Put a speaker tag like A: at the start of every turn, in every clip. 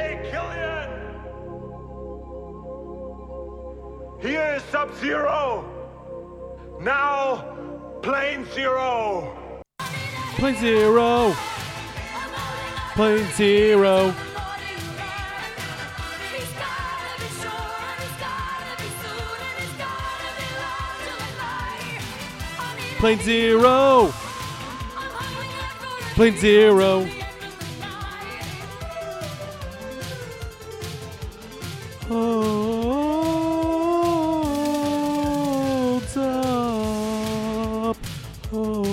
A: Killian! Here is Sub Zero! Now, Plane Zero!
B: Plane zero. Plane zero. Plane zero. Plane zero. Holds up. Holds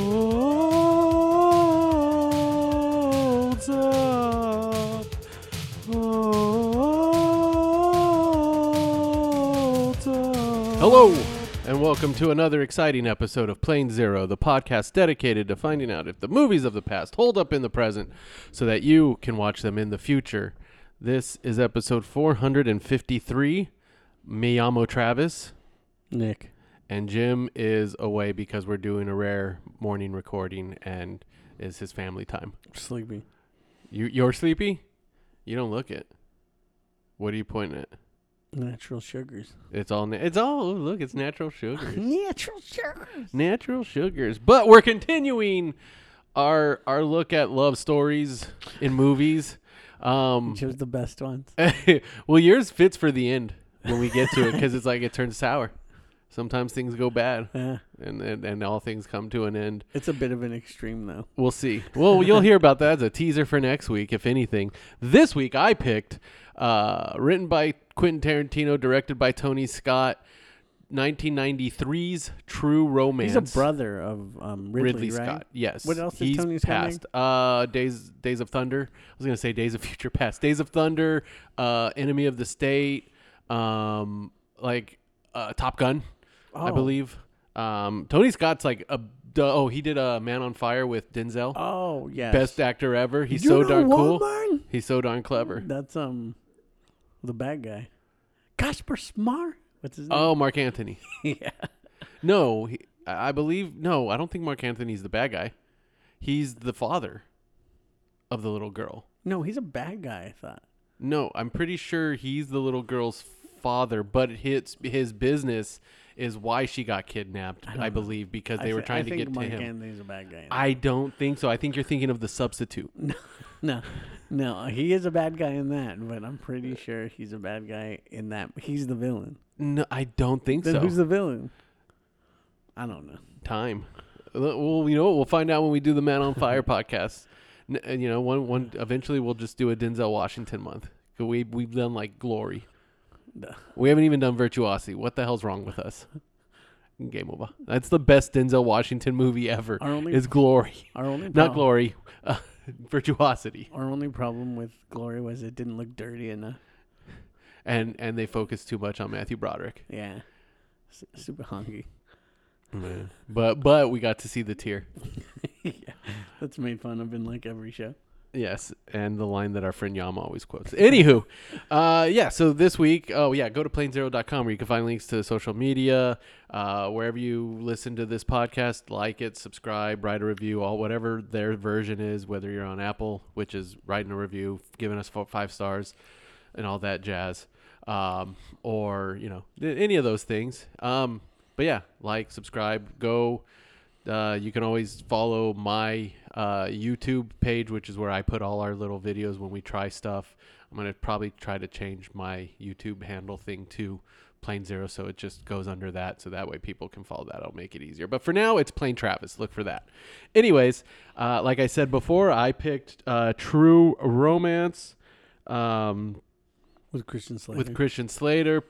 B: up. Holds up.
C: Hello, and welcome to another exciting episode of Plane Zero, the podcast dedicated to finding out if the movies of the past hold up in the present so that you can watch them in the future. This is episode 453. Miyamo Travis
B: Nick.
C: and Jim is away because we're doing a rare morning recording and is his family time.
B: Sleepy.
C: You you're sleepy? You don't look it. What are you pointing at?
B: Natural sugars.
C: It's all na- it's all oh, look, it's natural sugars.
B: Natural sugars.
C: natural sugars. But we're continuing our our look at love stories in movies. Um,
B: Chose the best ones.
C: well, yours fits for the end when we get to it because it's like it turns sour. Sometimes things go bad,
B: Yeah.
C: and, and and all things come to an end.
B: It's a bit of an extreme though.
C: We'll see. Well, you'll hear about that as a teaser for next week, if anything. This week, I picked, uh, written by Quentin Tarantino, directed by Tony Scott, 1993's True Romance.
B: He's a brother of um, Ridley,
C: Ridley,
B: right?
C: Scott. Yes.
B: What else did
C: He's
B: Tony Scott make?
C: passed. Uh, Days Days of Thunder. I was gonna say Days of Future Past. Days of Thunder. Uh, Enemy of the State. Um, like uh, Top Gun, I
B: Oh.
C: believe. Um, Tony Scott's like a. duh, Oh, he did a Man on Fire with Denzel.
B: Oh yes.
C: Best actor ever. He's
B: You
C: so
B: know
C: darn cool.
B: Walmart?
C: He's so darn clever.
B: That's um, the bad guy. Casper Smar. What's his name?
C: Oh, Mark Anthony.
B: yeah.
C: No, he, I I believe no. I don't think Mark Anthony's the bad guy. He's the father of the little girl.
B: No, he's a bad guy. I thought.
C: No, I'm pretty sure he's the little girl's father, but his his business is why she got kidnapped. I, believe because they
B: I
C: were
B: thi-
C: trying
B: I
C: to
B: think
C: get to
B: Mark
C: him.
B: Anthony's a bad guy.
C: I don't think so. I think you're thinking of the substitute.
B: no, no, he is a bad guy in that, but I'm pretty
C: Uh,
B: sure he's a bad guy in that. He's the villain.
C: No, I don't think
B: Then
C: so.
B: who's the villain? I don't know.
C: time. Uh, Well, you know, what? we'll find out when we do the Man on Fire podcast. N- And you know, one one eventually we'll just do a Denzel Washington month. 'Cause We we've done like glory.
B: No.
C: We haven't even done virtuosity. What the hell's wrong with us? Game over. That's the best Denzel Washington movie ever.
B: Our only-
C: is Glory,
B: Our only
C: not
B: prob-
C: Glory, uh, Virtuosity.
B: Our only problem with Glory was it didn't look dirty enough.
C: And and they focus too much on Matthew Broderick.
B: Yeah, S- super honky.
C: But but we got to see the tear.
B: yeah, that's made fun of in like every show.
C: Yes, and the line that our friend Yama always quotes. Anywho, uh, yeah, so this week, oh, yeah, go to planezero.com where you can find links to social media, uh, wherever you listen to this podcast, like it, subscribe, write a review, all whatever their version is, whether you're on Apple, which is writing a review, giving us fo- five stars, and all that jazz, um, or, you know, th- any of those things. Um, but yeah, like, subscribe, go. Uh, you can always follow my uh, YouTube page, which is where I put all our little videos when we try stuff. I'm gonna probably try to change my YouTube handle thing to Plain Zero, so it just goes under that. So that way people can follow that. I'll make it easier. But for now, it's Plain Travis. Look for that. Anyways, uh, like I said before, I picked uh, True Romance. Um,
B: With Christian Slater.
C: with Christian Slater,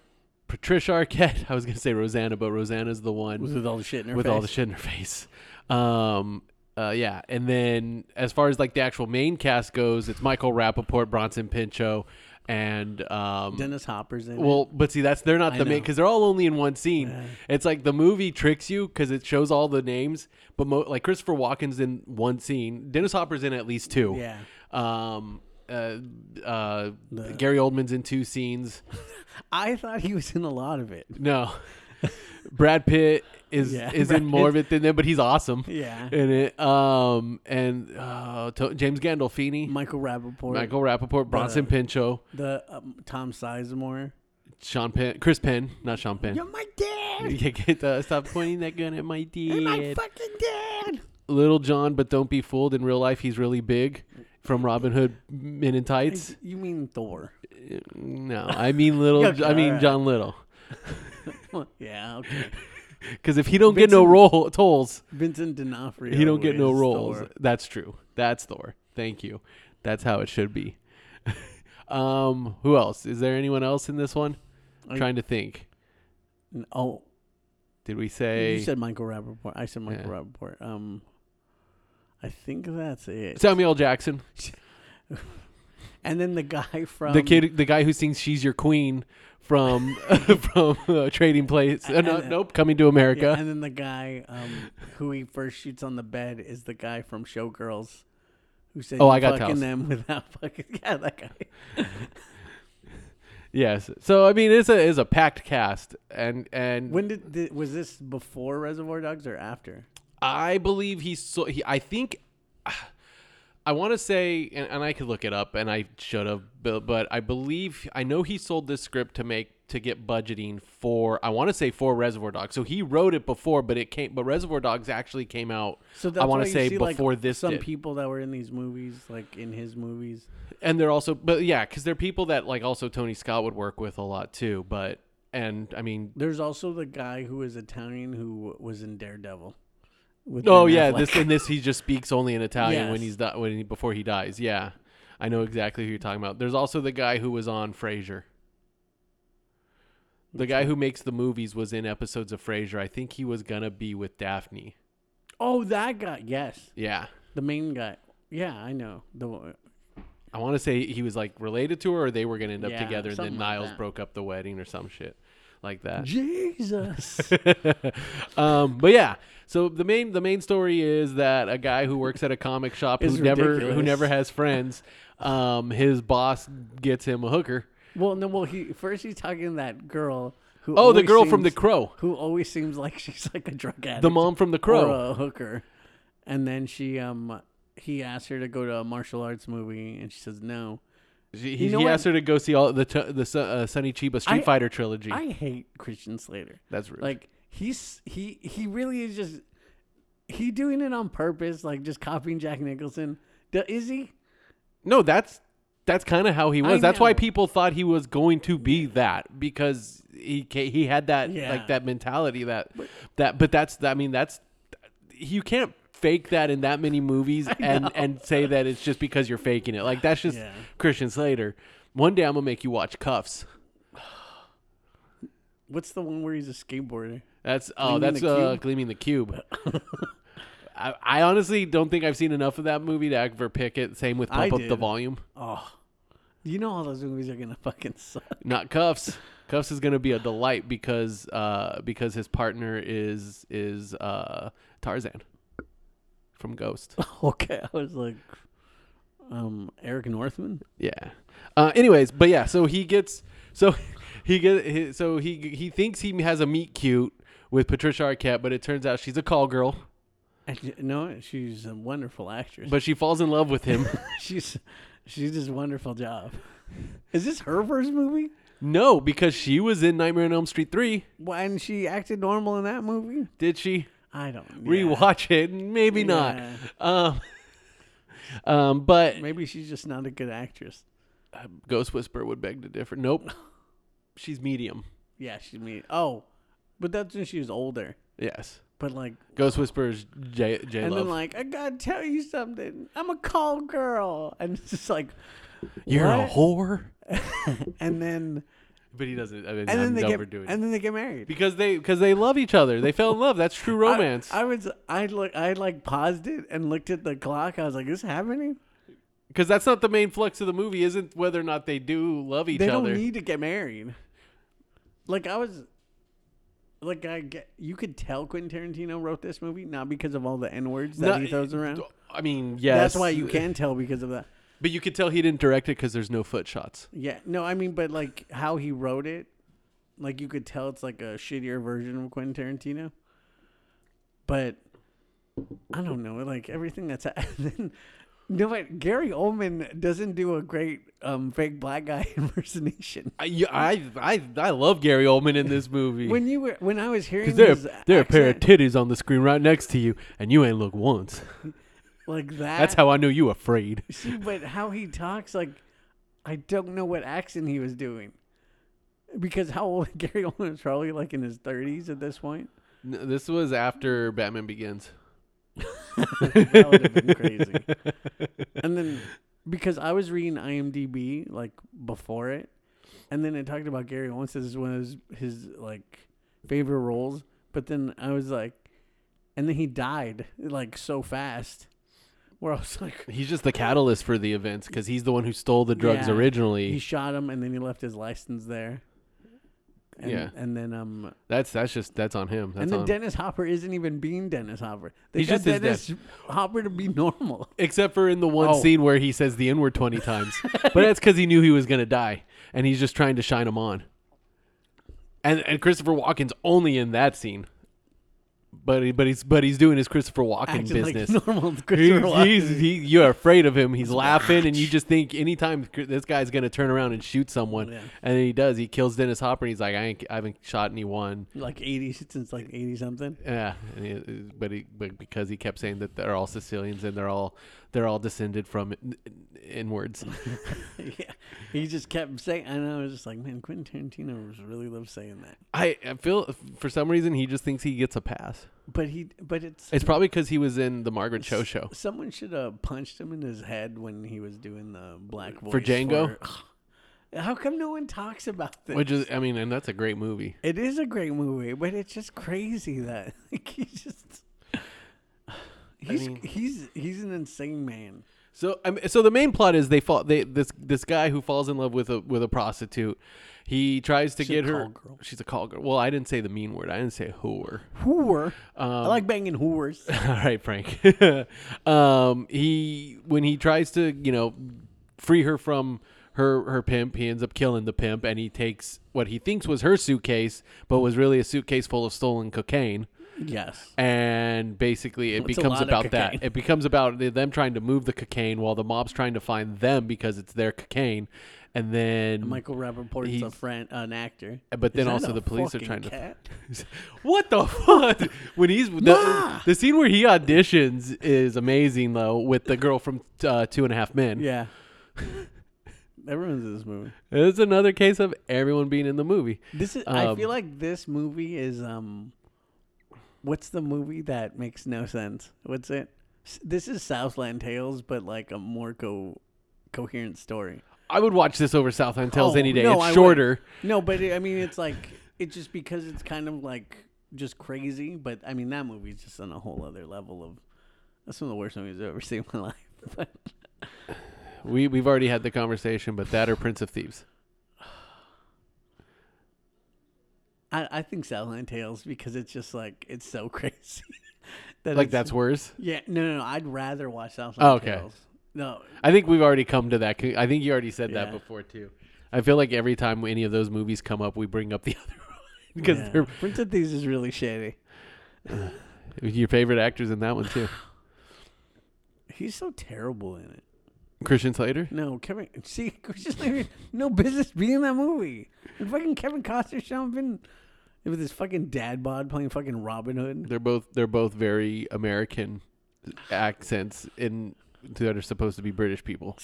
C: Patricia Arquette. I was gonna say Rosanna, but Rosanna's the one
B: with all the shit in her
C: with
B: face.
C: all the shit in her face. Um, uh, yeah, and then as far as like the actual main cast goes, it's Michael Rappaport, Bronson Pinchot, and um,
B: Dennis Hopper's in
C: well, but see, that's they're not the main
B: know.
C: because they're all only in one scene. It's like the movie tricks you because it shows all the names, but mo- like Christopher Walken's in one scene, Dennis Hopper's in at least two.
B: it. Yeah.
C: Um. Uh, uh, Gary Oldman's in two scenes.
B: I thought he was in a lot of it.
C: No. Brad Pitt is
B: Yeah,
C: is
B: Brad
C: in more of it than them, but he's awesome.
B: Yeah.
C: in it. Um, and uh, to- James Gandolfini,
B: Michael Rappaport,
C: Michael Rappaport, Bronson Pinchot,
B: the um, Tom Sizemore.
C: Sean Penn, Chris Penn, not Sean Penn.
B: You're my dad.
C: Yeah, get the- stop pointing that gun at my
B: You're my
C: dad.
B: fucking dad.
C: Little John, but don't be fooled. In real life, he's really big. From Robin Hood Men in Tights.
B: You mean Thor?
C: No, I mean little.
B: Okay,
C: I mean
B: alright.
C: John Little.
B: yeah. Okay.
C: Because if he don't get no role tolls,
B: Vincent D'Onofrio.
C: he don't get no
B: is
C: roles.
B: Thor.
C: That's true. That's Thor. Thank you. That's how it should be. um, who else? Is there anyone else in this one? Trying to think.
B: N- Oh,
C: Did we say
B: you said Michael Rappaport. I said Michael
C: Yeah.
B: Rappaport. Um, I think that's it.
C: Samuel Jackson?
B: and then the guy from
C: the kid, the guy who sings "She's Your Queen" from from uh, Trading Place. Uh, no,
B: And-
C: nope, Coming to
B: Yeah,
C: America.
B: and then the guy um, who he first shoots on the bed is the guy from Showgirls, who said,
C: Oh,
B: "You
C: I got
B: fucking
C: Taos."
B: them without fucking." Yeah, that guy.
C: yes. So I mean, it's a is a packed cast, and and
B: When did thi- was this before Reservoir Dogs or after?
C: I believe he saw. He, I think. I want to say, and, and I could look it up, and I should have, but, but I believe I know he sold this script to make to get budgeting for. I want to say for Reservoir Dogs. So he wrote it before, but it came. But Reservoir Dogs actually came out.
B: So that's
C: I want
B: why
C: to
B: you
C: say
B: see,
C: before
B: like,
C: this
B: Some
C: did.
B: people that were in these movies, like in his movies,
C: and they're also, but yeah, because they're people that like also Tony Scott would work with a lot too. But and I mean,
B: there's also the guy who is Italian who was in Daredevil. With
C: Oh
B: Ben
C: yeah,
B: Affleck.
C: this in this he just speaks only in Italian when he's
B: Yes.
C: di- when he, before he dies. Yeah, I know exactly who you're talking about. There's also the guy who was on Frasier. The guy who makes the movies was in episodes of Frasier. I think he was gonna be with Daphne.
B: Oh, that guy. Yes,
C: Yeah,
B: the main guy. Yeah, I know. The one-
C: I want to say he was like related to her, or they were gonna end up
B: Yeah,
C: together, and then
B: something like
C: Niles
B: that.
C: broke up the wedding or some shit like that.
B: Jesus.
C: um, but yeah, so the main the main story is that a guy who works at a comic shop who
B: It's
C: never who
B: ridiculous.
C: never has friends, um, his boss gets him a hooker.
B: well, no. Well, he first he's talking to that girl who.
C: Oh, the
B: always
C: girl from The
B: seems-
C: Crow,
B: Who always seems like she's like a drug addict.
C: the mom from The
B: or
C: Crow.
B: a hooker. And then she um he asked her to go to a martial arts movie and she says no.
C: She- he
B: you know
C: he
B: what?
C: asked her to go see all the t- the Su- uh, Sonny Chiba Street
B: I-
C: Fighter trilogy.
B: I hate Christian Slater.
C: That's rude.
B: Like he's he he really is just he doing it on purpose, like just copying Jack Nicholson. Do, is he?
C: no, that's that's kind of how he
B: I
C: was. That's why
B: know.
C: people thought he was going to be that because he ca- he had that
B: Yeah.
C: like that mentality that that but that's I mean that's you can't fake that in that many movies and and say that it's just because you're faking it. Like that's just
B: Yeah.
C: Christian Slater. One day I'm gonna make you watch Cuffs.
B: What's the one where he's a skateboarder?
C: That's oh,
B: Gleaming
C: that's
B: the
C: uh,
B: Cube?
C: gleaming the cube. I, I honestly don't think I've seen enough of that movie to ever pick it. Same with
B: I
C: Pump Up the
B: did.
C: Volume.
B: Oh. You know all those movies are gonna fucking suck.
C: not cuffs cuffs is going to be a delight because uh because his partner is is uh tarzan from ghost
B: Okay. I was like um Eric Northman?
C: yeah uh anyways but yeah so he gets so he get he- so he he thinks he has a meet cute with patricia arquette but it turns out she's a call girl
B: And, no, she's a wonderful actress.
C: but she falls in love with him
B: She's she does a wonderful job. Is this her first movie?
C: no because she was in nightmare on elm street 3
B: When she acted normal in that movie?
C: did she
B: I don't know.
C: rewatch it maybe
B: Yeah.
C: not um um but
B: Maybe she's just not a good actress.
C: Ghost Whisperer would beg to differ. Nope. She's medium.
B: Yeah, she mean oh. But that's when she was older.
C: Yes.
B: But like
C: Ghost Whisperer's J J
B: and
C: Love.
B: then like, I gotta tell you something. I'm a call girl and it's just like
C: You're a
B: what?
C: whore.
B: and then
C: But he doesn't. I mean,
B: and then
C: I'm
B: they
C: never
B: get
C: doing
B: and
C: it.
B: then they get married.
C: because they because they love each other. They fell in love. That's true romance.
B: I, I was I look I like paused it and looked at the clock. I was like, is this happening?
C: Because that's not the main flux of the movie. Isn't whether or not they do love each
B: they
C: other.
B: don't need to get married. Like I was, like I get, you could tell Quentin Tarantino wrote this movie not because of all the n words that
C: Not-
B: he throws around.
C: I mean, yes.
B: That's why you can tell because of that.
C: But you could tell he didn't direct it because there's no foot shots.
B: Yeah, no, I mean, but like how he wrote it Like you could tell it's like a shittier version of Quentin Tarantino. But I don't know, like everything that's happening. No, but Gary Oldman doesn't do a great um, fake black guy impersonation.
C: I, you- I, I, I love Gary Oldman in this movie.
B: When you were, when I was hearing,
C: there,
B: his
C: there are a pair of
B: accent,
C: titties on the screen right next to you, and you ain't look once.
B: like that.
C: That's how I knew you afraid.
B: See, but how he talks, like, I don't know what accent he was doing. Because how old Gary Oldman is probably like in his 30s at this point.
C: N- This was after Batman Begins.
B: That would have been crazy. and then because I was reading IMDb like before it, and then it talked about Gary Oldman says it's one of his, his like favorite roles, but then I was like, and then he died like so fast, where I was like,
C: He's just the catalyst for the events because he's the one who stole the drugs
B: Yeah.
C: originally.
B: he shot him and then he left his license there. And,
C: Yeah.
B: and then um,
C: that's that's just that's on him. That's
B: and then
C: on
B: Dennis Hopper isn't even being Dennis Hopper. They
C: He's
B: got
C: just his
B: Dennis Hopper to be normal.
C: Except for in the one
B: Oh.
C: scene where he says the N word 20 times. but that's because he knew he was going to die. And he's just trying to shine him on. And, and Christopher Walken's only in that scene. But, he, but he's but he's doing his Christopher Walken
B: Acting
C: business.
B: like normal
C: He-
B: Christopher Walken.
C: he's- he- you're afraid of him. He's laughing, and you just think anytime this guy's gonna turn around and shoot someone,
B: Yeah.
C: and then he does. He kills Dennis Hopper. and He's like, I, ain't, I haven't shot anyone.
B: like 80 since like 80 something.
C: Yeah, and he, but he but because he kept saying that they're all Sicilians and they're all they're all descended from in- inwards.
B: yeah. He just kept saying, and I was just like, man, Quentin Tarantino was- really loves saying that.
C: I, I feel for some reason he just thinks he gets a pass.
B: But he, but it's,
C: It's probably because he was in the Margaret Cho show.
B: someone should have punched him in his head when he was doing the black voice.
C: Django?
B: for- how come no one talks about this?
C: Which is, I mean, and that's a great movie.
B: it is a great movie, but it's just crazy that like, he just. He's
C: mean-
B: he's he's an insane man.
C: So, I mean, so the main plot is they fall. They this this guy who falls in love with a with a prostitute. He tries to
B: She's a
C: get her.
B: call girl.
C: She's a call girl. Well, I didn't say the mean word. I didn't say whore.
B: Whore.
C: Um,
B: I like banging whores.
C: All right, Frank. um, he when he tries to you know free her from her her pimp, he ends up killing the pimp, and he takes what he thinks was her suitcase, but was really a suitcase full of stolen cocaine
B: yes.
C: and basically it
B: It's a
C: becomes
B: lot of
C: about that.
B: cocaine.
C: It becomes about th- them trying to move the cocaine while the mob's trying to find them because it's their cocaine, and then
B: Michael Rappaport's a
C: He's-
B: friend, an actor.
C: But then
B: Is that
C: also
B: a
C: the police are
B: fucking
C: trying to-
B: cat?
C: what the fuck when he's the,
B: Ma!
C: the scene where he auditions is amazing though with the girl from uh, Two and a Half Men.
B: Yeah. Everyone's in this movie.
C: it's another case of everyone being in the movie.
B: This is. I feel
C: Um,
B: like this movie is. Um, what's the movie that makes no sense? What's it? S- This is Southland Tales, but like a more co- coherent story.
C: I would watch this over Southland Tales
B: Oh,
C: any day.
B: no,
C: it's
B: I would.
C: shorter.
B: No, but it, I mean, it's like it's just because it's kind of like just crazy. But I mean, that movie's just on a whole other level of. That's one of the worst movies I've ever seen in my life. But
C: We we've already had the conversation, but that or Prince of Thieves.
B: I, I think Southland Tales because it's just like it's so crazy. that
C: Like
B: it's-
C: that's worse.
B: Yeah, no, no, no. I'd rather watch Southland
C: Oh, okay.
B: Tales. No,
C: I think we've already come to that. con- I think you already said that
B: Yeah.
C: before too. I feel like every time any of those movies come up, we bring up the other one because
B: yeah. Prince of Thieves is really shady.
C: they're your favorite actors in that one too.
B: He's so terrible in it.
C: Christian Slater.
B: No, Kevin. See, Christian Slater, no business being in that movie. And fucking Kevin Costner jumping with his fucking dad bod playing fucking Robin Hood.
C: They're both they're both very American accents in that are supposed to be British people.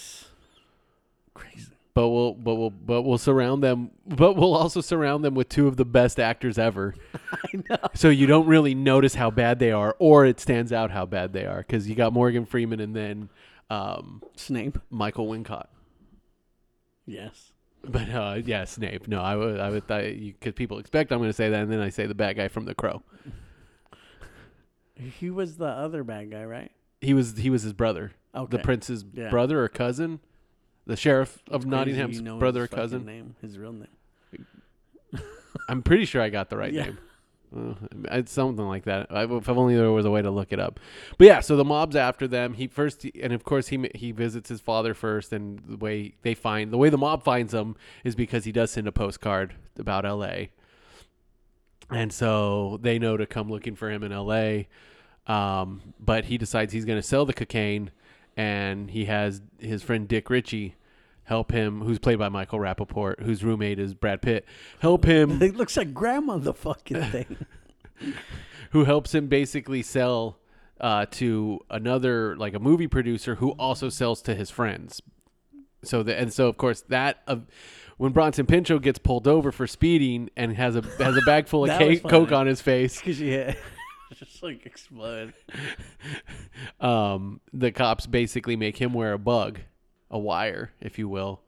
B: Crazy.
C: But we'll but we'll but we'll surround them. But we'll also surround them with two of the best actors ever.
B: I know.
C: So you don't really notice how bad they are, or it stands out how bad they are because you got Morgan Freeman and then um,
B: Snape.
C: Michael Wincott.
B: Yes.
C: But uh, yeah, Snape. No, I would, I would, because people expect I'm going to say that, and then I say the bad guy from The Crow.
B: He was the other bad guy, right?
C: He was, he was his brother,
B: Okay.
C: the prince's
B: Yeah.
C: brother or cousin, the sheriff of
B: Crazy
C: Nottingham's
B: you know
C: brother
B: his
C: or
B: fucking
C: cousin.
B: Name, his real name.
C: I'm pretty sure I got the right
B: Yeah.
C: name. Uh, it's something like that. I, if only there was a way to look it up. But yeah, so the mob's after them. He first, and of course, he he visits his father first. And the way they find the way the mob finds him is because he does send a postcard about L.A. and so they know to come looking for him in L.A. Um, but he decides he's going to sell the cocaine, and he has his friend Dick Ritchie help him, who's played by Michael Rappaport, whose roommate is Brad Pitt, help him
B: It looks like grandma the fucking thing.
C: who helps him basically sell uh, to another like a movie producer who also sells to his friends. So the, and so of course that uh, when Bronson Pinchot gets pulled over for speeding and has a has a bag full of
B: That was
C: cake, coke
B: funny.
C: on his face,
B: Cause yeah, just like explode.
C: um, the cops basically make him wear a bug, a wire, if you will,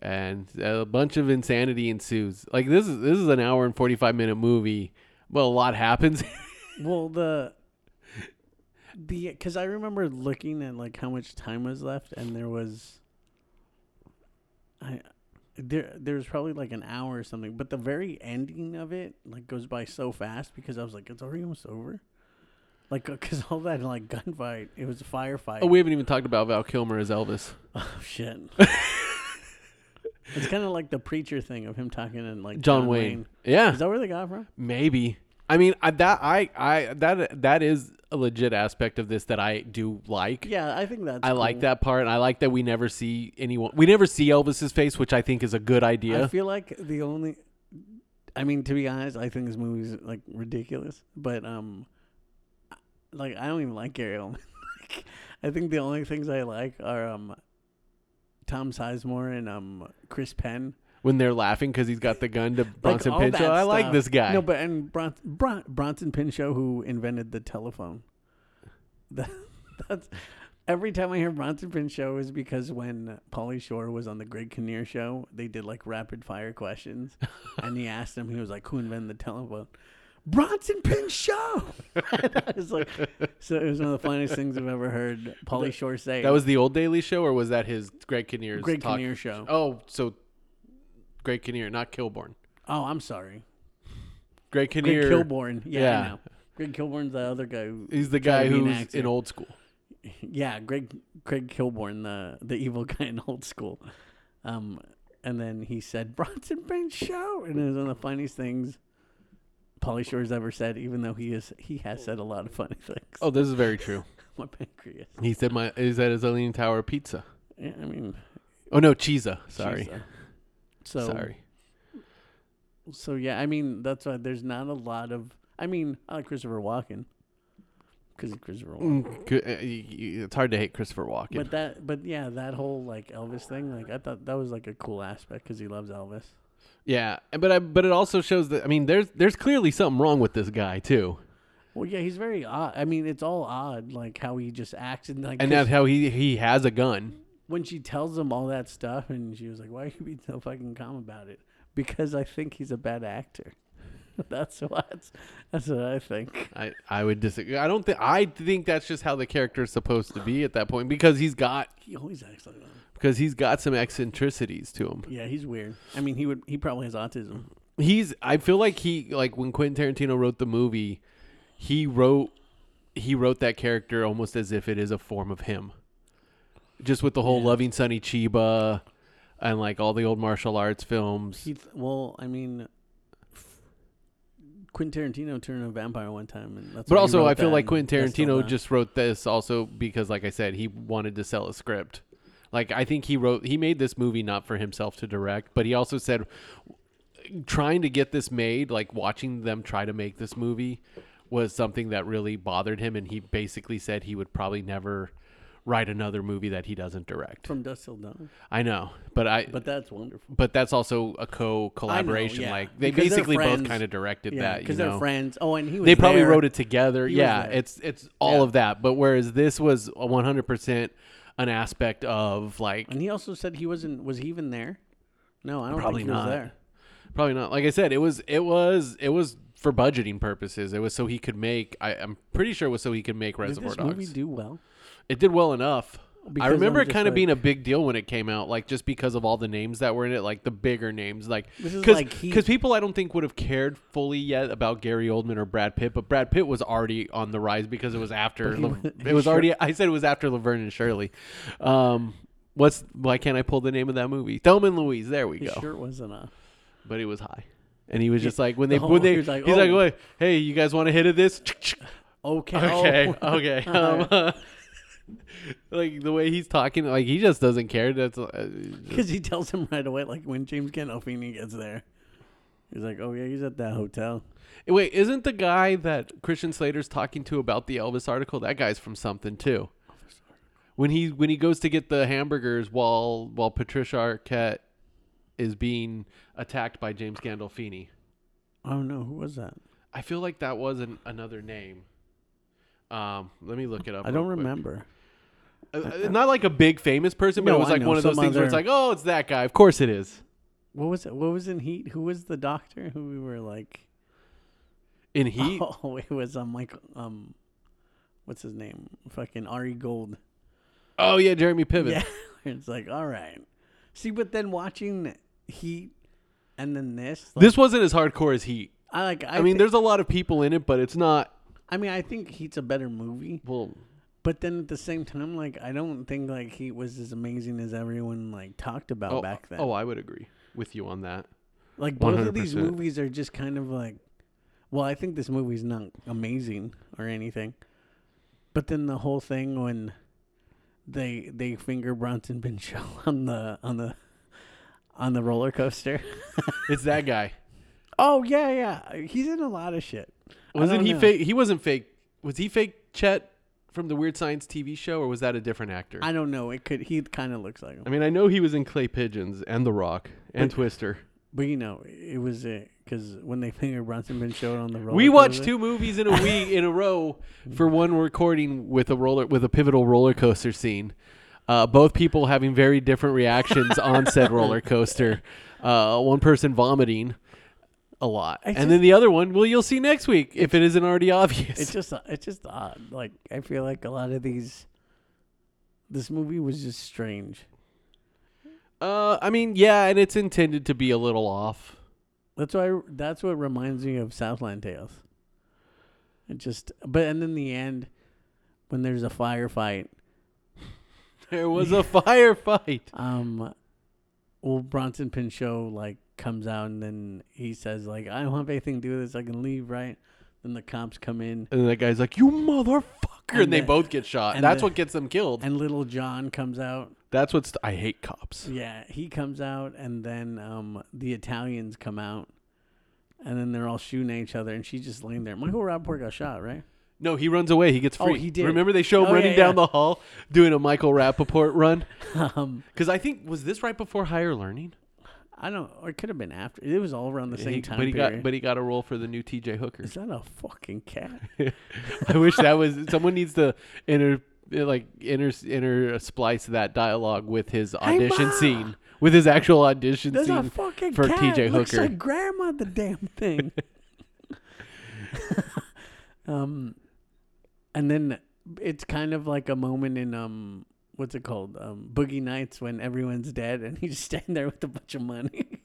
C: and a bunch of insanity ensues. Like this is this is an hour and forty five minute movie. Well, a lot happens.
B: Well, the the because I remember looking at like how much time was left, and there was I there there was probably like an hour or something. But the very ending of it like goes by so fast because I was like, it's already almost over. Like, because all that like gunfight, it was a firefight.
C: oh, we haven't even talked about Val Kilmer as Elvis.
B: Oh, shit. it's kind of like the preacher thing of him talking in like
C: John, Wayne.
B: Is
C: Yeah,
B: that where they got it from?
C: maybe. I mean, I, that I I that that is a legit aspect of this that I do like.
B: Yeah, I think that's.
C: I like
B: cool.
C: that part. and I like that we never see anyone. We never see Elvis's face, which I think is a good
B: I
C: idea.
B: feel like the only. I mean, to be honest, I think this movie's like ridiculous, but um, like I don't even like Gary Oldman. Like, I think the only things I like are um, Tom Sizemore and um Chris Penn.
C: when they're laughing because he's got the gun to
B: Like,
C: Bronson
B: all
C: Pinchot.
B: that
C: I like
B: stuff.
C: this guy.
B: No, but and Bron- Bron- Bronson Pinchot, who invented the telephone. That, that's every time I hear Bronson Pinchot is because when Pauly Shore was on the Greg Kinnear show, they did like rapid fire questions, and he asked him, he was like, "Who invented the telephone?" Bronson Pinchot. And I was like, so it was one of the funniest things I've ever heard Pauly Shore say.
C: that was the old Daily Show, or was that his Greg Kinnear's
B: Greg
C: talk-
B: Kinnear show.
C: Oh, so Greg Kinnear, not Kilborn.
B: Oh, I'm sorry,
C: Greg
B: Greg
C: Kinnear.
B: Kilborn. Yeah, I
C: Yeah.
B: know. Greg Kilborn's the other guy. Who,
C: He's the guy
B: tried to be an
C: who's
B: actor.
C: in old school.
B: yeah, Greg Craig Kilborn, the the evil guy in old school. Um, and then he said Bronson Pinchot, and it was one of the funniest things Polly Shore's ever said. Even though he is he has said a lot of funny things.
C: Oh, this is very true.
B: my pancreas.
C: He said, "My is that his Leaning Tower pizza."
B: Yeah, I mean,
C: Oh no, Chiza. Sorry,
B: she's, uh, So
C: sorry.
B: So yeah, I mean that's why there's not a lot of. I mean, I like Christopher Walken because Christopher Walken.
C: Mm, c- uh, y- y- It's hard to hate Christopher Walken.
B: But that, but yeah, that whole like Elvis thing, like I thought that was like a cool aspect because he loves Elvis.
C: yeah, but I, but it also shows that I mean, there's there's clearly something wrong with this guy too,
B: Well, yeah, he's very odd. I mean, it's all odd, like how he just acts and like.
C: and
B: 'cause
C: that's how he he has a gun.
B: when she tells him all that stuff, and she was like, "Why are you being so fucking calm about it?" Because I think he's a bad actor. that's what. That's what I think.
C: I I would disagree. I don't think I think that's just how the character is supposed to be at that point because he's got
B: He always acts like that.
C: because he's got some eccentricities to him.
B: Yeah, he's weird. I mean, he would. He probably has autism.
C: he's i feel like he like when quentin tarantino wrote the movie he wrote he wrote that character almost as if it is a form of him just with the whole loving sonny chiba and like all the old martial arts films
B: He th- well, I mean, Quentin Tarantino turned a vampire one time, and that's.
C: but
B: when he
C: also
B: wrote
C: i feel
B: that,
C: like
B: and
C: quentin
B: that's still
C: tarantino
B: not-
C: just wrote this also because like i said he wanted to sell a script like i think he wrote he made this movie not for himself to direct but he also said trying to get this made, like watching them try to make this movie, was something that really bothered him, and he basically said he would probably never write another movie that he doesn't direct.
B: from Dust Till Dawn.
C: I know, but I but,
B: But that's wonderful.
C: that's also a co collaboration.
B: yeah.
C: Like they
B: Because they're
C: basically both
B: friends.
C: kind of directed
B: Yeah,
C: that
B: because
C: because
B: they're friends. Oh, and he was
C: They probably
B: there.
C: wrote it together.
B: He was
C: yeah,
B: there.
C: it's it's all
B: Yeah.
C: of that. But whereas this was one hundred percent an aspect of like
B: And he also said he wasn't. Was he even there? No, I don't
C: Probably
B: think he
C: not.
B: was there.
C: Probably not. Like I said, it was it was it was for budgeting purposes. It was so he could make. I, I'm pretty sure it was so he could make
B: Did
C: Reservoir
B: this
C: Dogs.
B: movie do well?
C: it did well enough.
B: Because
C: I remember
B: I'm
C: it
B: just
C: kind of
B: like-
C: being a big deal when it came out, like just because of all the names that were in it, like the bigger names, like
B: This is
C: because
B: like he-
C: people I don't think would have cared fully yet about Gary Oldman or Brad Pitt, but Brad Pitt was already on the rise because it was after
B: he
C: Le-
B: was-
C: it was already. I said it was after Laverne and Shirley. Um, what's why can't I pull the name of that movie? Thelma and Louise. There we
B: His
C: go.
B: shirt wasn't off.
C: But it was high. and he was just like when they
B: The
C: when they
B: whole- he was like,
C: he's like
B: "Oh."
C: "Wait, hey you guys want a hit of this
B: Okay.
C: okay
B: Oh.
C: okay um, like the way he's talking like he just doesn't care that's uh,
B: Because he tells him right away, like when James Gandolfini gets there, he's like, "Oh yeah, he's at that hotel."
C: wait isn't the guy that Christian Slater's talking to about the Elvis article that guy's from something too when he when he goes to get the hamburgers while while Patricia Arquette is being attacked by James Gandolfini
B: Oh no, who was that?
C: I feel like that was an, another name. Um, let me look it up.
B: I
C: real
B: don't
C: quick.
B: remember.
C: Uh, uh, not like a big famous person, but
B: No,
C: it was
B: I
C: like
B: know,
C: one of those
B: some
C: things where it's
B: other-
C: like, oh, it's that guy. Of course it is.
B: What was it? What was in Heat? Who was the doctor who we were like?
C: In Heat.
B: Oh, it was um like um, what's his name? Fucking Ari Gold.
C: Oh yeah, Jeremy Piven.
B: Yeah, it's like all right. See, but then watching Heat and then this, like,
C: This wasn't as hardcore as Heat.
B: I like. I,
C: I, mean,
B: thi-
C: there's a lot of people in it, but it's not.
B: I mean, I think Heat's a better movie,
C: Well,
B: but then at the same time, like, I don't think like Heat was as amazing as everyone like talked about
C: oh,
B: back then.
C: oh, I would agree with you on that.
B: Like both of these
C: 100%.
B: movies are just kind of like, well, I think this movie's not amazing or anything, but then the whole thing when they they finger Bronson Pinchot on the on the on the roller coaster.
C: It's that guy.
B: oh yeah, yeah, he's in a lot of shit. I
C: Wasn't
B: don't
C: he
B: know.
C: fake? He wasn't fake. Was he fake Chet from the Weird Science TV show, or was that a different actor? I,
B: I don't know. It could. He kind of looks like him,
C: mean, I know he was in Clay Pigeons and The Rock and Twister.
B: but you know, it was because when they finger Bronson Pinchot on the roller,
C: We watched
B: coaster-
C: two movies in a week in a row for one recording with a roller with a pivotal roller coaster scene. Uh, both people having very different reactions on said roller coaster. Uh, one person vomiting a lot, and
B: just-
C: then the other one. Well, you'll see next week if it isn't already obvious.
B: It's just uh, it's just odd. Like I feel like a lot of these this movie was just strange.
C: uh, I mean, yeah, and it's intended to be a little off.
B: That's why that's what reminds me of Southland Tales. It just but and in the end when there's a firefight,
C: There was a firefight.
B: um well Bronson Pinchot like comes out and then he says like I don't have anything to do with this, I can leave, right? Then the cops come in
C: And that guy's like, "You motherfucker!" And,
B: And
C: they
B: the-
C: both get shot.
B: and
C: That's
B: the-
C: what gets them killed.
B: and little John comes out.
C: That's what's. I hate cops.
B: Yeah, he comes out, and then um, the Italians come out, and then they're all shooting at each other, and she's just laying there. Michael Rappaport got shot, right?
C: No, he runs away. He gets
B: Oh,
C: free.
B: he did.
C: Remember they show him
B: Oh, yeah,
C: running down
B: yeah.
C: the hall doing a Michael Rappaport run?
B: Um,
C: Because I think was this right before Higher Learning?
B: I don't. Or it could have been after. It was all around the same
C: He-
B: time
C: but he
B: period.
C: got but he got a role for the new TJ Hooker.
B: is that a fucking cat?
C: I wish that was someone needs to inter like inter inter uh, splice that dialogue with his audition
B: Ma!
C: scene with his actual audition
B: There's a
C: scene
B: fucking
C: for
B: cat.
C: TJ
B: Looks
C: Hooker.
B: like grandma. The damn thing. um, and then it's kind of like a moment in um, what's it called? Um, Boogie Nights when everyone's dead and he's standing there with a bunch of money.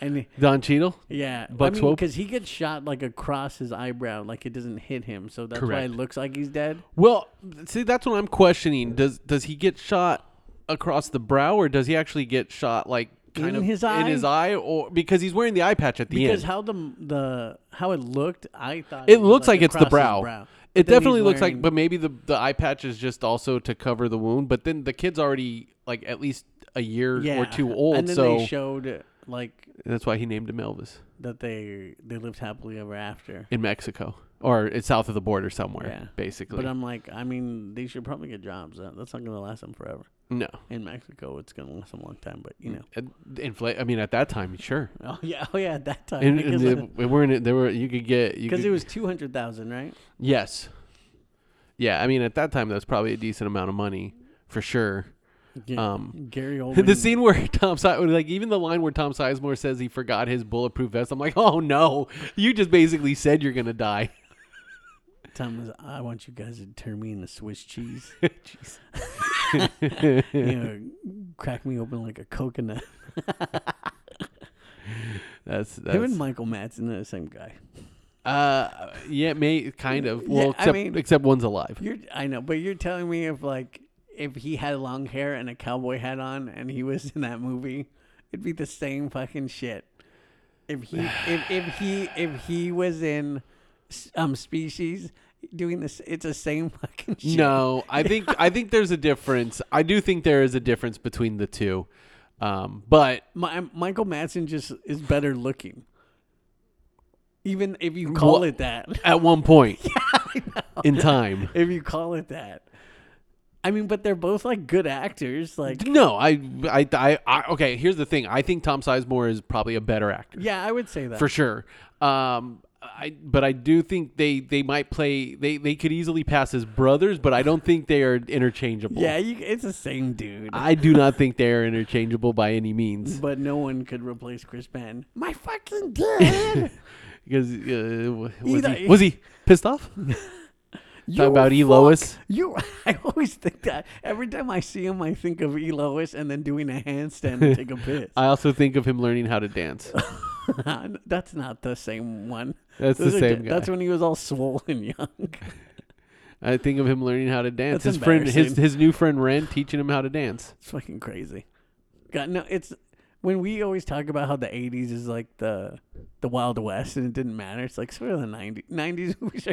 B: And he-
C: Don Cheadle.
B: yeah,
C: Buck
B: I mean,
C: Swope?
B: because he gets shot like across his eyebrow, like it doesn't hit him, so that's why
C: Correct.
B: it looks like he's dead.
C: Well, see, that's what I'm questioning. Does does he get shot across the brow, or does he actually get shot like kind
B: In
C: of
B: his
C: in
B: eye?
C: his eye, or because he's wearing the eye patch at the end?
B: Because how the the how it looked, I thought
C: It
B: was,
C: looks like, it's the
B: across his
C: brow. It
B: But then he's
C: definitely looks like,
B: wearing-
C: but maybe the the eye patch is just also to cover the wound. But then the kid's already like at least a year or two old,
B: And then
C: so
B: they showed like
C: that's why he named him Elvis
B: that they they lived happily ever after.
C: in Mexico or it's south of the border somewhere,
B: Yeah.
C: basically.
B: But um, I'm like, I mean, they should probably get jobs. That- That's not gonna last them forever.
C: no,
B: In Mexico, it's gonna last them a long time. But
C: Mm.
B: you know,
C: inflate. I mean, at that time, sure.
B: oh yeah, oh yeah, at that time
C: And,
B: because
C: and they, weren't it? There were you could get you
B: because
C: could-
B: it was two hundred thousand, right?
C: yes, yeah. I mean, at that time, that's probably a decent amount of money for sure.
B: Yeah.
C: Um,
B: Gary Oldman.
C: the scene where Tom Sizemore, like even the line where Tom Sizemore says he forgot his bulletproof vest, I'm like, oh no, you just basically said you're gonna die.
B: Tom was, I want you guys to turn me into Swiss cheese.
C: Jeez.
B: you know, crack me open like a coconut.
C: That's that's
B: Him and Michael Madsen are the same guy.
C: uh yeah, may kind of. Well,
B: Yeah, I
C: except
B: mean-
C: except one's alive.
B: You're, I know, but you're telling me if like if he had long hair and a cowboy hat on and he was in that movie, it'd be the same fucking shit. If he if, if he if he was in s- um species doing this, it's the same fucking shit.
C: No, I think I think there's a difference. I do think there is a difference between the two. Um, but
B: My, Michael Madsen just is better looking. Even if you call
C: Well-
B: it that,
C: at one point in time.
B: if you call it that, I mean, but they're both like good actors. Like,
C: No, I, I, I, I, okay. Here's the thing. I think Tom Sizemore is probably a better actor
B: yeah, I would say that.
C: for sure. Um, I, but I do think they, they might play. They, they could easily pass as brothers, but I don't think they are interchangeable.
B: yeah, you, it's the same dude.
C: I do not think they are interchangeable by any means.
B: but no one could replace Chris Penn. My fucking dad.
C: Because uh, was,
B: Either-
C: he, was he pissed off?
B: you
C: Talk about E.
B: fuck.
C: Lois.
B: You, I always think that every time I see him, I think of E. Lois and then doing a handstand and take a piss.
C: I also think of him learning how to dance.
B: that's not the same one.
C: That's the
B: Those are di-
C: same guy.
B: That's when he was all swollen young.
C: I think of him learning how to dance.
B: That's
C: his friend, his
B: embarrassing.
C: his new friend Ren, teaching him how to dance.
B: It's fucking crazy. God, no, it's when we always talk about how the '80s is like the the Wild West and it didn't matter. It's like sort of the '90s. '90s was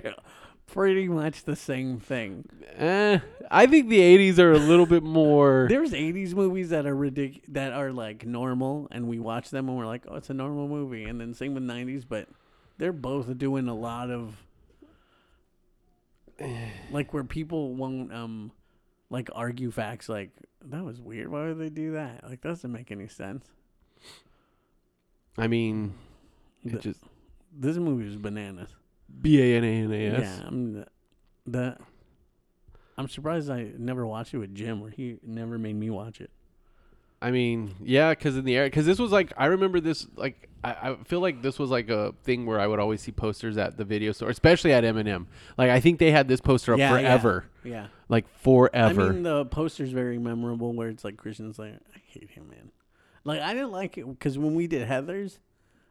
B: pretty much the same thing.
C: Eh, I think the '80s are a little bit more.
B: There's '80s movies that are ridic- that are like normal, and we watch them and we're like, oh, it's a normal movie. And then same with '90s, but they're both doing a lot of like where people won't um like argue facts like that was weird. Why would they do that? Like that doesn't make any sense.
C: I mean, it
B: The-
C: just
B: This movie is bananas.
C: B A N A N A S.
B: Yeah, I'm the, the. I'm surprised I never watched it with Jim, or he never made me watch it.
C: I mean, yeah, because in the era, because this was like I remember this like I, I feel like this was like a thing where I would always see posters at the video store, especially at Eminem. Like I think they had this poster up
B: Yeah, yeah.
C: forever,
B: Yeah,
C: like forever.
B: I mean the poster's very memorable, where it's like Christian's like, I hate him, man. Like I didn't like it because when we did Heather's,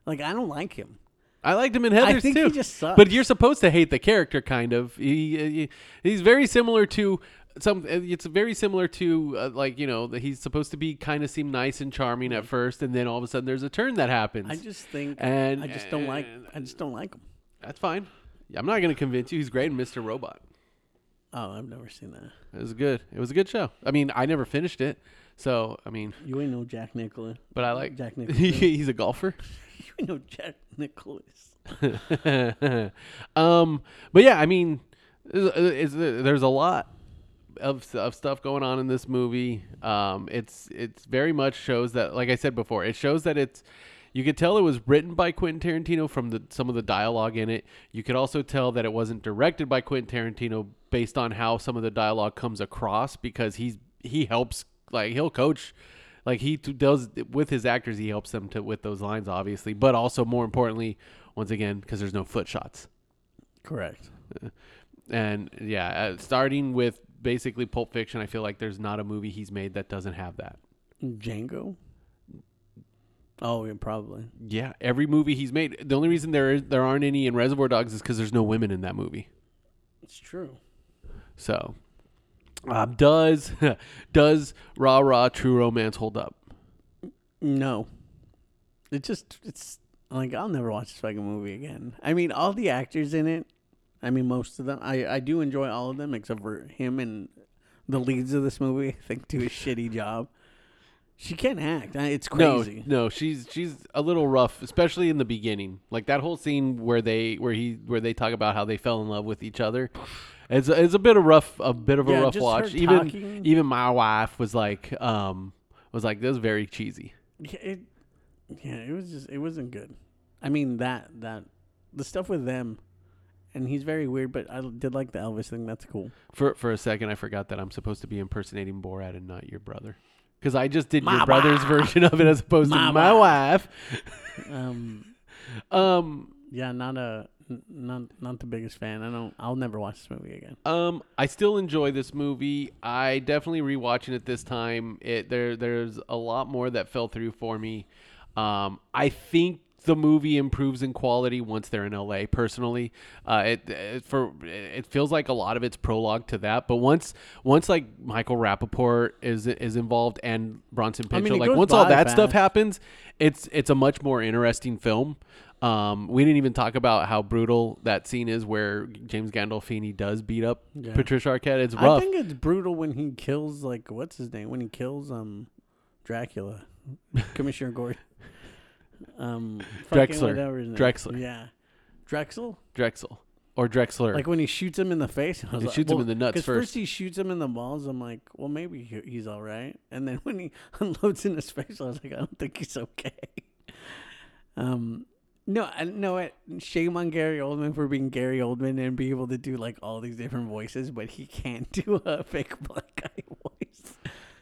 B: like I don't like him.
C: I liked him in Heather's
B: think
C: too.
B: he just sucks.
C: But you're supposed to hate the character, kind of. He, he- he's very similar to some. It's very similar to uh, like you know that he's supposed to be kind of seem nice and charming at first, and then all of a sudden there's a turn that happens.
B: Mm-hmm. I just think
C: And-
B: I just don't like I just don't like him.
C: That's fine. I'm not going to convince you. He's great in Mr. Robot.
B: Oh, I've never seen that.
C: It was good. It was a good show. I mean, I never finished it, so I mean,
B: You ain't no Jack Nicholas.
C: but I like.
B: Jack Nicholson.
C: he's a golfer.
B: You ain't no Jack Nicholas.
C: um, but yeah, I mean, uh, is, is, there's a lot of, of stuff going on in this movie. Um, it's it's very much shows that, like I said before, it shows that it's. You could tell it was written by Quentin Tarantino from the some of the dialogue in it. You could also tell that it wasn't directed by Quentin Tarantino based on how some of the dialogue comes across because he's he helps like he'll coach like he t- does with his actors he helps them to with those lines obviously but also more importantly once again because there's no foot shots
B: Correct.
C: and yeah uh, starting with basically pulp fiction i feel like there's not a movie he's made that doesn't have that
B: Django. Oh, yeah, probably.
C: yeah every movie he's made the only reason there is there aren't any in reservoir dogs is because there's no women in that movie
B: It's true.
C: so uh, does does rah rah true romance hold up
B: No. It just it's like I'll never watch this fucking movie again. I mean, all the actors in it, I mean most of them. I I do enjoy all of them except for him and the leads of this movie. I think do a shitty job. She can't act. I- It's crazy.
C: No, no, she's she's a little rough, especially in the beginning. Like that whole scene where they where he where they talk about how they fell in love with each other. It's a, it's a bit of rough a bit of a
B: Yeah,
C: rough
B: just
C: watch.
B: her
C: Even
B: talking.
C: even my wife was like um was like this is very cheesy.
B: Yeah, it, yeah, it was just it wasn't good. I mean that that the stuff with them, and he's very weird. But I did like the Elvis thing. That's cool.
C: For for a second I forgot that I'm supposed to be impersonating Borat and not your brother. Cuz I just did
B: My
C: your brother's
B: wife.
C: version of it as opposed
B: My
C: to my wife.
B: Um,
C: Um
B: yeah, not a n- not not the biggest fan. I don't. I'll never watch this movie again.
C: Um, I still enjoy this movie. I definitely rewatching it this time. It there there's a lot more that fell through for me. Um, I think the movie improves in quality once they're in LA. Personally, uh, it, it for it feels like a lot of it's prologue to that. But once once like Michael Rappaport is is involved and Bronson Pinchot,
B: mean, it
C: like
B: goes
C: once all
B: by
C: that stuff
B: fast.
C: happens, it's it's a much more interesting film. Um, we didn't even talk about how brutal that scene is where James Gandolfini does beat up
B: Yeah.
C: Patricia Arquette. It's
B: I
C: rough.
B: think it's brutal when he kills like what's his name when he kills um Dracula, Commissioner Gordon. Um, fucking
C: Drexler.
B: whatever his name-
C: Drexler.
B: Yeah, Drexel.
C: Drexel or Drexler.
B: Like when he shoots him in the face. I was
C: He
B: like,
C: shoots him
B: well,
C: in the nuts
B: 'cause
C: first.
B: he shoots him in the balls. I'm like, well, maybe he, he's all right. And then when he unloads in his face, I was like, I don't think he's okay. Um, no, I no. It, shame on Gary Oldman for being Gary Oldman and be able to do like all these different voices, but he can't do a fake black guy voice.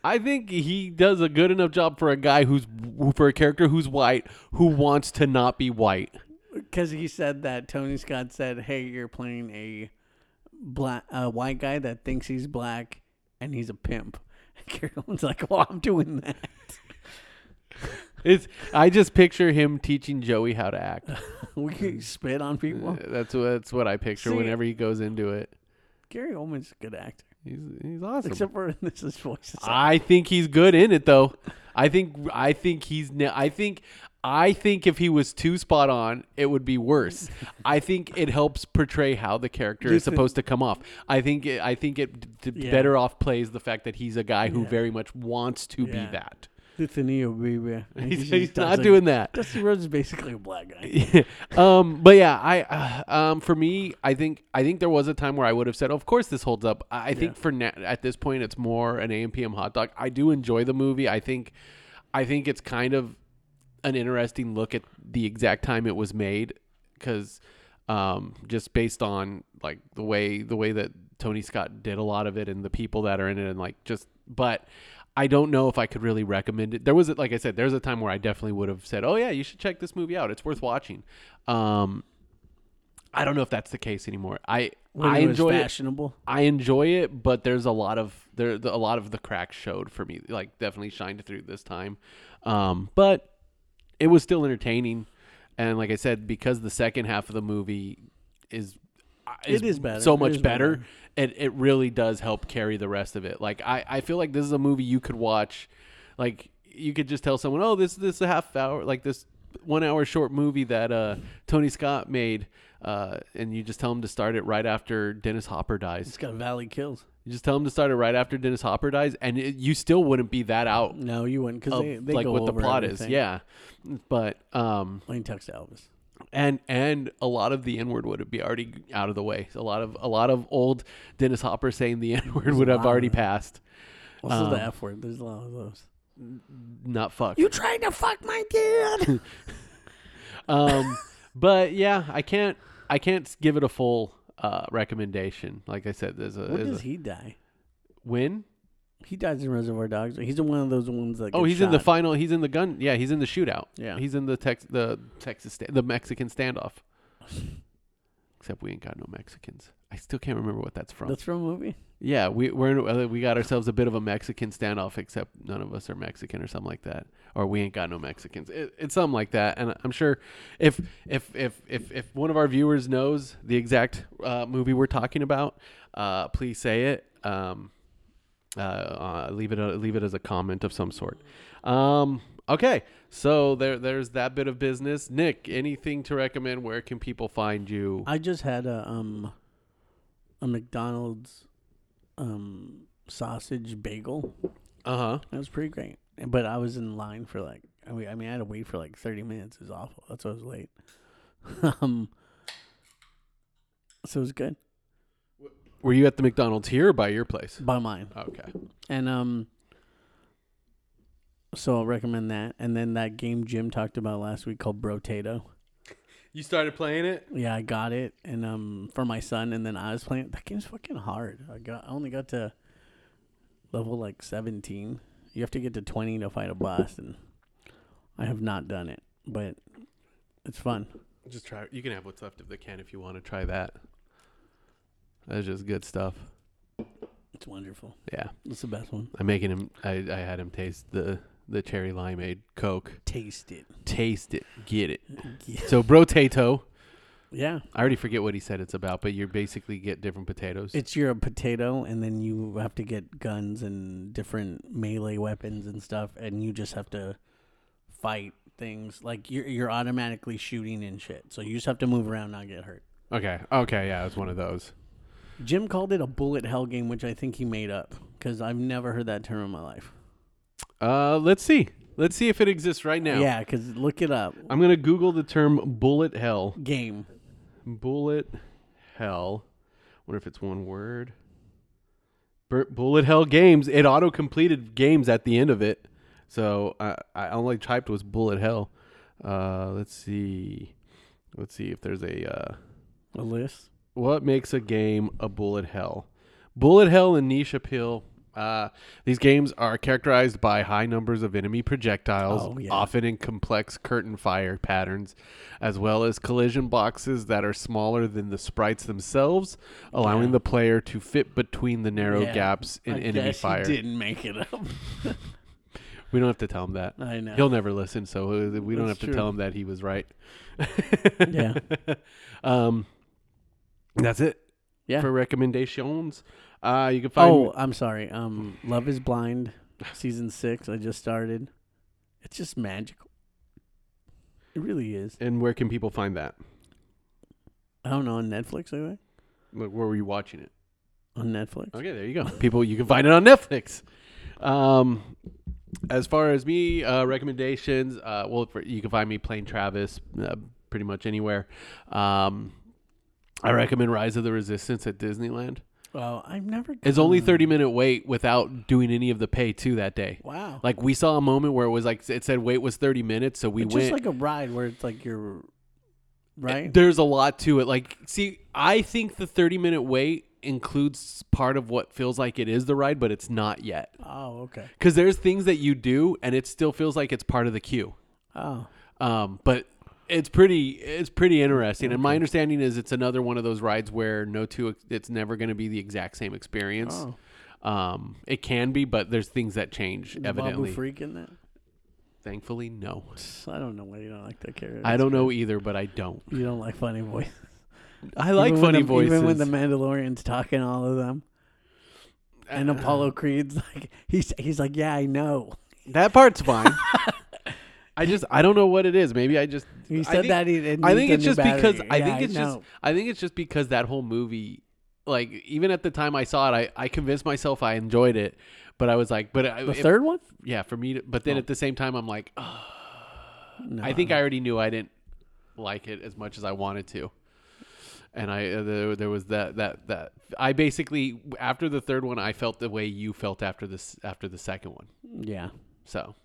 C: I think he does a good enough job for a guy who's who- for a character who's white who wants to not be white.
B: because he said that Tony Scott said, "Hey, you're playing a black, a white guy that thinks he's black and he's a pimp." And Carolyn's like, "Well, I'm doing that."
C: It's I just picture him teaching Joey how to act.
B: we can spit on people.
C: That's what that's what I picture
B: See-
C: whenever he goes into it.
B: Gary Oldman's a good actor,
C: He's he's awesome.
B: except for in this his voice. is-
C: I think he's good in it though. I think I think he's na- I think I think if he was too spot on, it would be worse. I think it helps portray how the character is
B: Listen.
C: supposed to come off. I think it, I think it d- d-
B: Yeah.
C: better off plays the fact that he's a guy who
B: Yeah.
C: very much wants to
B: Yeah.
C: be that.
B: Listen to you, baby. And
C: He's,
B: just
C: he's
B: does
C: not
B: it.
C: doing that.
B: Dusty Rhodes is basically a black guy.
C: um, but yeah, I uh, um, for me, I think I think there was a time where I would have said, "Of course, this holds up." I, I think for na- at this point, it's more an AM PM hot dog. I do enjoy the movie. I think I think it's kind of an interesting look at the exact time it was made because um, just based on like the way the way that Tony Scott did a lot of it and the people that are in it and like just but I don't know if I could really recommend it. There was like I said, there was a time where I definitely would have said, "Oh yeah, you should check this movie out. It's worth watching." Um, I don't know if that's the case anymore. I
B: When
C: I
B: he was
C: enjoy it.
B: fashionable.
C: I enjoy it, but there's a lot of there the, a lot of the cracks showed for me, like definitely shined through this time. Um, but it was still entertaining, and like I said, because the second half of the movie is
B: It is better.
C: so
B: It
C: much
B: is
C: better.
B: better.
C: It it really does help carry the rest of it. Like I I feel like this is a movie you could watch, like you could just tell someone, oh this this is a half hour like this one hour short movie that uh Tony Scott made. Uh, and you just tell them to start it right after Dennis Hopper dies.
B: It's got Valley Kills.
C: You just tell them to start it right after Dennis Hopper dies, and it, you still wouldn't be that out
B: No, you wouldn't, because
C: of
B: they, they
C: like
B: go
C: what the
B: over
C: plot is.
B: everything.
C: Yeah, but um,
B: Lane Tuck's Elvis.
C: and and a lot of the N word would be already out of the way. A lot of a lot of old Dennis Hopper saying the N word would have
B: lot of
C: already
B: that.
C: passed.
B: Also
C: Um,
B: the F word. There's a lot of those.
C: Not fuck.
B: You trying to fuck my kid?
C: Um, but yeah, I can't I can't give it a full uh recommendation. Like I said, there's a,
B: when
C: there's
B: does
C: a
B: he die?
C: win.
B: He dies in Reservoir Dogs. He's in one of those ones that.
C: Oh,
B: gets
C: he's in the
B: shot.
C: final. He's in the gun. Yeah, he's in the shootout.
B: Yeah.
C: he's in the Tex the Texas sta- the Mexican standoff. Except we ain't got no Mexicans. I still can't remember what that's from.
B: That's from a movie.
C: yeah, we we're in, uh, we got ourselves a bit of a Mexican standoff. Except none of us are Mexican or something like that, or we ain't got no Mexicans. It, it's something like that. And I'm sure if if if if if one of our viewers knows the exact uh, movie we're talking about, uh, please say it. Um, uh, uh, leave it uh, leave it as a comment of some sort. Um, okay, so there there's that bit of business. Nick, anything to recommend? Where can people find you?
B: I just had a um, a McDonald's, um, sausage bagel.
C: Uh huh.
B: That was pretty great. But I was in line for like I mean I, mean, I had to wait for like thirty minutes. It was awful. That's why I was late. um, so it was good
C: Were you at the McDonald's here or by your place?
B: by mine.
C: Okay.
B: And um so I'll recommend that. And then that game Jim talked about last week called Brotato.
C: You started playing it.
B: Yeah, I got it and um for my son and then I was playing that game's fucking hard. I got I only got to level like seventeen. You have to get to twenty to fight a boss and I have not done it, but it's fun.
C: Just try. You can have what's left of the can if you want to try that. That's just good stuff.
B: It's wonderful.
C: Yeah,
B: It's the best one.
C: I'm making him. I, I had him taste the the cherry limeade Coke.
B: Taste it.
C: Taste it, get it.
B: Yeah.
C: So brotato.
B: Yeah.
C: I already forget what he said it's about, but you basically get different potatoes.
B: It's you're a potato, and then you have to get guns and different melee weapons and stuff, and you just have to fight things. Like you're you're automatically shooting and shit, so you just have to move around, and not get hurt.
C: okay, okay, yeah, it's one of those.
B: Jim called it a bullet hell game, which I think he made up because I've never heard that term in my life.
C: Uh, let's see, let's see if it exists right now.
B: Yeah, because look it up.
C: I'm gonna Google the term bullet hell.
B: Game.
C: Bullet hell. Wonder if it's one word. Bur- bullet hell games. It auto completed games at the end of it, so I I only typed was bullet hell. Uh, let's see, let's see if there's a uh,
B: A list.
C: what makes a game a bullet hell? Bullet hell and niche appeal. Uh, these games are characterized by high numbers of enemy projectiles,
B: Oh, yeah.
C: often in complex curtain fire patterns, as well as collision boxes that are smaller than the sprites themselves, allowing the player to fit between the narrow
B: Yeah.
C: gaps in
B: I
C: enemy
B: guess he
C: fire.
B: didn't make it up.
C: We don't have to tell him that.
B: I know.
C: He'll never listen, so uh, we don't have
B: That's
C: to
B: true.
C: tell him that he was right.
B: yeah.
C: Um, that's it
B: Yeah.
C: for recommendations. Uh, you can find
B: Oh, I'm sorry. Um, Love is Blind, season six. I just started. It's just magical. It really is.
C: And where can people find that?
B: I don't know on Netflix. I think
C: Like, Where were you watching it?
B: on Netflix.
C: Okay, there you go. People, you can find it on Netflix. Um, as far as me uh, recommendations, uh, well, for, you can find me playing Travis uh, pretty much anywhere. Um, I recommend Rise of the Resistance at Disneyland.
B: Oh, I've never.
C: It's only thirty minute wait without doing any of the pay too that day.
B: Wow.
C: Like we saw a moment where it was like it said wait was thirty minutes, so we
B: it's
C: went. Eh,
B: just like a ride where it's like you're right.
C: There's a lot to it. Like, see, I think the 30 minute wait includes part of what feels like it is the ride, but it's not yet.
B: Oh, okay.
C: Because there's things that you do, and it still feels like it's part of the queue.
B: Oh,
C: Um, but it's pretty, it's pretty interesting. And my understanding is it's another one of those rides where no two, it's never going to be the exact same experience.
B: Oh.
C: Um, it can be, but there's things that change.
B: is
C: evidently,
B: Babu Freak in that?
C: thankfully, no.
B: I don't know why you don't like that character.
C: I don't know either, but I don't.
B: You don't like funny voice.
C: I like
B: Even when
C: funny
B: the-
C: voices.
B: Even when the Mandalorians talking, all of them. And
C: Uh,
B: Apollo Creed's like he's he's like yeah I know
C: That part's fine. I just I don't know what it is. Maybe I just
B: he
C: I
B: said
C: think-
B: that he it
C: I
B: needs
C: think
B: a
C: it's
B: new
C: just because
B: battery.
C: I
B: Yeah,
C: think it's just
B: know.
C: I think it's just because that whole movie like even at the time I saw it I I convinced myself I enjoyed it but I was like but I,
B: the
C: if-
B: third one
C: yeah for me to, but then at the same time I'm like "Ugh."
B: no,
C: I think I already knew I didn't like it as much as I wanted to. And I uh, there, there was that that that I basically after the third one I felt the way you felt after this after the second one.
B: yeah
C: So,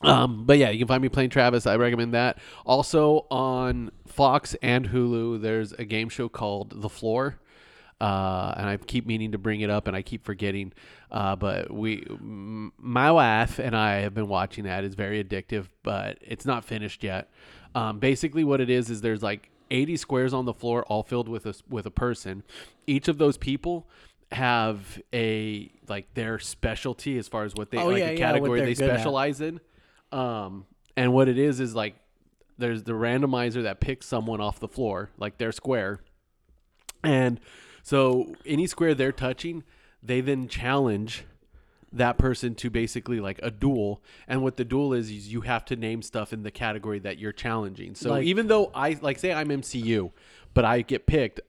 C: um, but yeah, you can find me playing Travis. I recommend that. Also on Fox and Hulu, there's a game show called The Floor. Uh, and I keep meaning to bring it up, and I keep forgetting. Uh, but we, m- my wife and I have been watching that. It's very addictive, but it's not finished yet. Um, basically, what it is is there's like 80 squares on the floor, all filled with a s- with a person. Each of those people have a like their specialty as far as what they
B: Oh,
C: like
B: yeah,
C: a
B: yeah, what
C: category
B: they're
C: they
B: good at.
C: specialize in. Um, and what it is is like there's the randomizer that picks someone off the floor, like their square, and so any square they're touching, they then challenge that person to basically like a duel. And what the duel is is you have to name stuff in the category that you're challenging. So
B: Like-
C: even though I like say I'm MCU, but I get picked,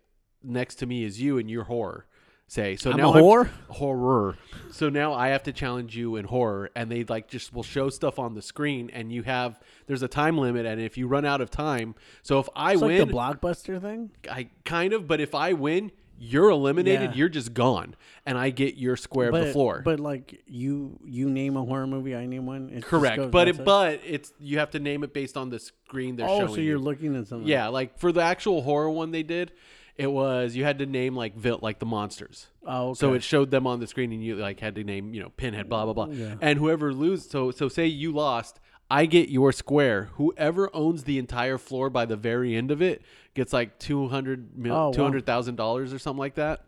C: next to me is you and you're horror. Say so
B: I'm
C: now
B: a whore?
C: horror. So now I have to challenge you in horror, and they like just will show stuff on the screen, and you have there's a time limit, and if you run out of time, so if I
B: it's
C: win,
B: like the blockbuster thing
C: I kind of, but if I win, you're eliminated.
B: Yeah.
C: You're just gone, and I get your square
B: but
C: of the floor.
B: but like you you name a horror movie I name one it just
C: Correct,
B: goes-
C: but
B: that's
C: it, but it's you have to name it based on the screen they're
B: oh
C: showing.
B: so
C: you.
B: you're looking at something
C: yeah, like for the actual horror one they did, it was you had to name like vil- like the monsters.
B: oh okay.
C: So it showed them on the screen, and you like had to name, you know, Pinhead, blah blah blah. And whoever loses, so so say you lost, I get your square. Whoever owns the entire floor by the very end of it gets like two hundred
B: Oh, wow.
C: mil, two hundred thousand dollars or something like that.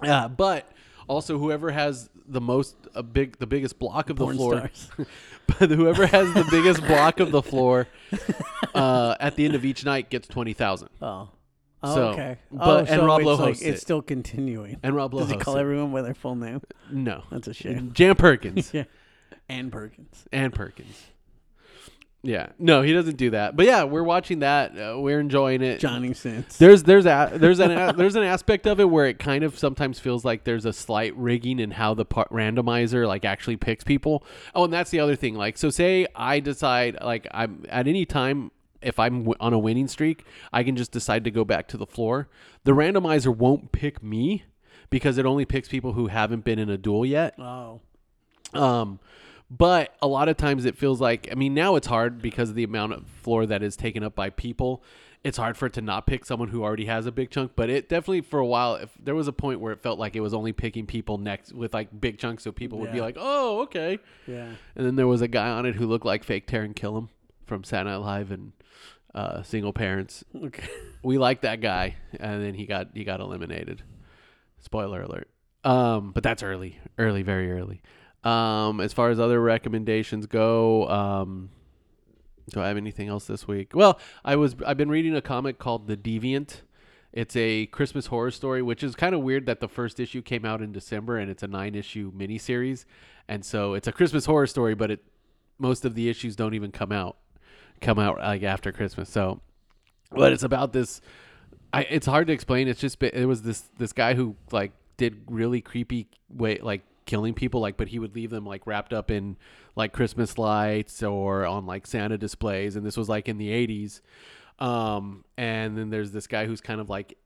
C: Uh, but Also, whoever has the most a big the biggest block of
B: Porn
C: the floor,
B: stars.
C: but whoever has the biggest block of the floor uh, at the end of each night gets twenty thousand.
B: Oh. Oh,
C: So,
B: okay.
C: but-
B: oh,
C: and
B: so
C: Rob
B: it's
C: Lowe
B: like,
C: hosts
B: It's
C: it.
B: still continuing.
C: And Rob Lowe
B: Does he
C: hosts
B: call
C: it.
B: everyone by their full name?
C: No,
B: That's a shame.
C: Jam Perkins.
B: yeah. And Perkins.
C: and Perkins. Yeah, no, he doesn't do that. But yeah, we're watching that. Uh, we're enjoying it.
B: Johnny Sins.
C: There's there's a, there's an a, there's an aspect of it where it kind of sometimes feels like there's a slight rigging in how the par- randomizer like actually picks people. Oh, and that's the other thing. Like, so say I decide like I'm at any time if I'm w- on a winning streak, I can just decide to go back to the floor. The randomizer won't pick me because it only picks people who haven't been in a duel yet.
B: Oh.
C: Um, but a lot of times it feels like I mean now it's hard because of the amount of floor that is taken up by people. It's hard for it to not pick someone who already has a big chunk, but it definitely for a while if there was a point where it felt like it was only picking people next with like big chunks, so people would be
B: Yeah.
C: like, "Oh, okay."
B: Yeah.
C: And then there was a guy on it who looked like fake Taron Killam from Saturday Night Live and uh, Single Parents.
B: Okay.
C: We liked that guy, and then he got he got eliminated. Spoiler alert. Um, but that's early, early, very early. Um, as far as other recommendations go, um, do I have anything else this week? Well, I was I've been reading a comic called The Deviant. It's a Christmas horror story, which is kind of weird that the first issue came out in December and it's a nine issue miniseries, and so it's a Christmas horror story, but it most of the issues don't even come out come out like after Christmas. So, but it's about this. I it's hard to explain. It's just it was this this guy who like did really creepy way like killing people like but he would leave them like wrapped up in like christmas lights or on like santa displays and this was like in the 80s um and then there's this guy who's kind of like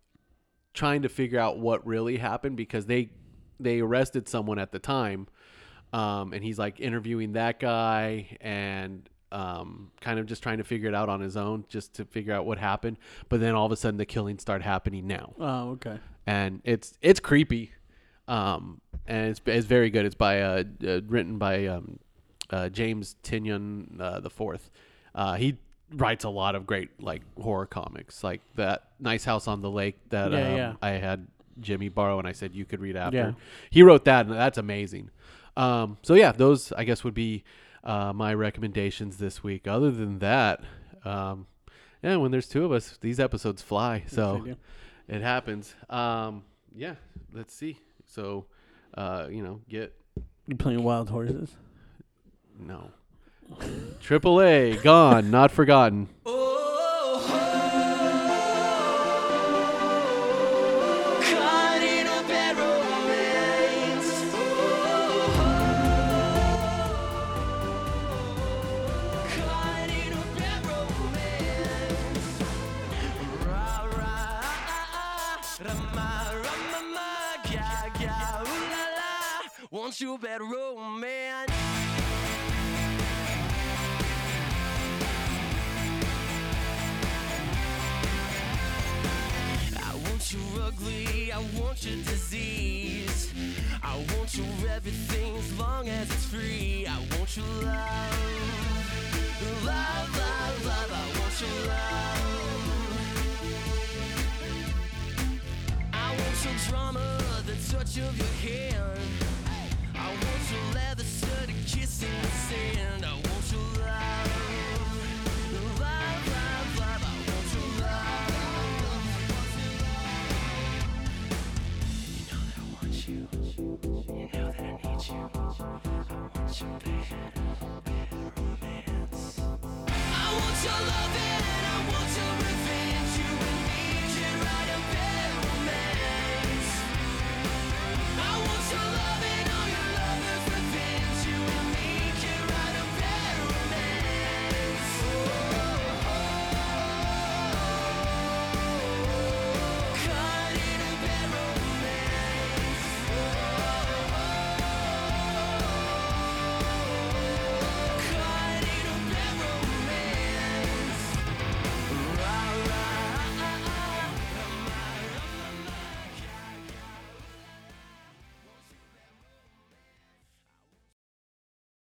C: trying to figure out what really happened because they they arrested someone at the time um, and he's like interviewing that guy and um, kind of just trying to figure it out on his own just to figure out what happened but then all of a sudden the killings start happening now
B: Oh, okay.
C: and it's it's creepy um, and it's, it's very good it's by uh, uh, written by um, uh, james tinian uh, the fourth uh, he writes a lot of great like horror comics like that nice house on the lake that
B: Yeah,
C: um,
B: yeah.
C: i had jimmy borrow and i said you could read after
B: Yeah.
C: he wrote that and that's amazing um, so yeah those i guess would be uh, my recommendations this week other than that um, yeah when there's two of us these episodes fly so
B: do.
C: it happens. Um, yeah, let's see. So, uh, you know, get
B: You playing Wild Horses?
C: no. Triple A gone, not forgotten.
D: Caught in a bad romance. Caught in a bad romance. Ra ra rama rama ga ga ooh la la. Want you a bad romance? I want you ugly, I want your disease. I want you everything as long as it's free. I want your love. Love, love, love, I want your love. I want your drama, the touch of your hand. I want your leather shirt, a kiss in the sand. I want your love. Love, love, love, I want your love. You know that I want you. You know that I need you. I want your bad, bad romance. I want your loving.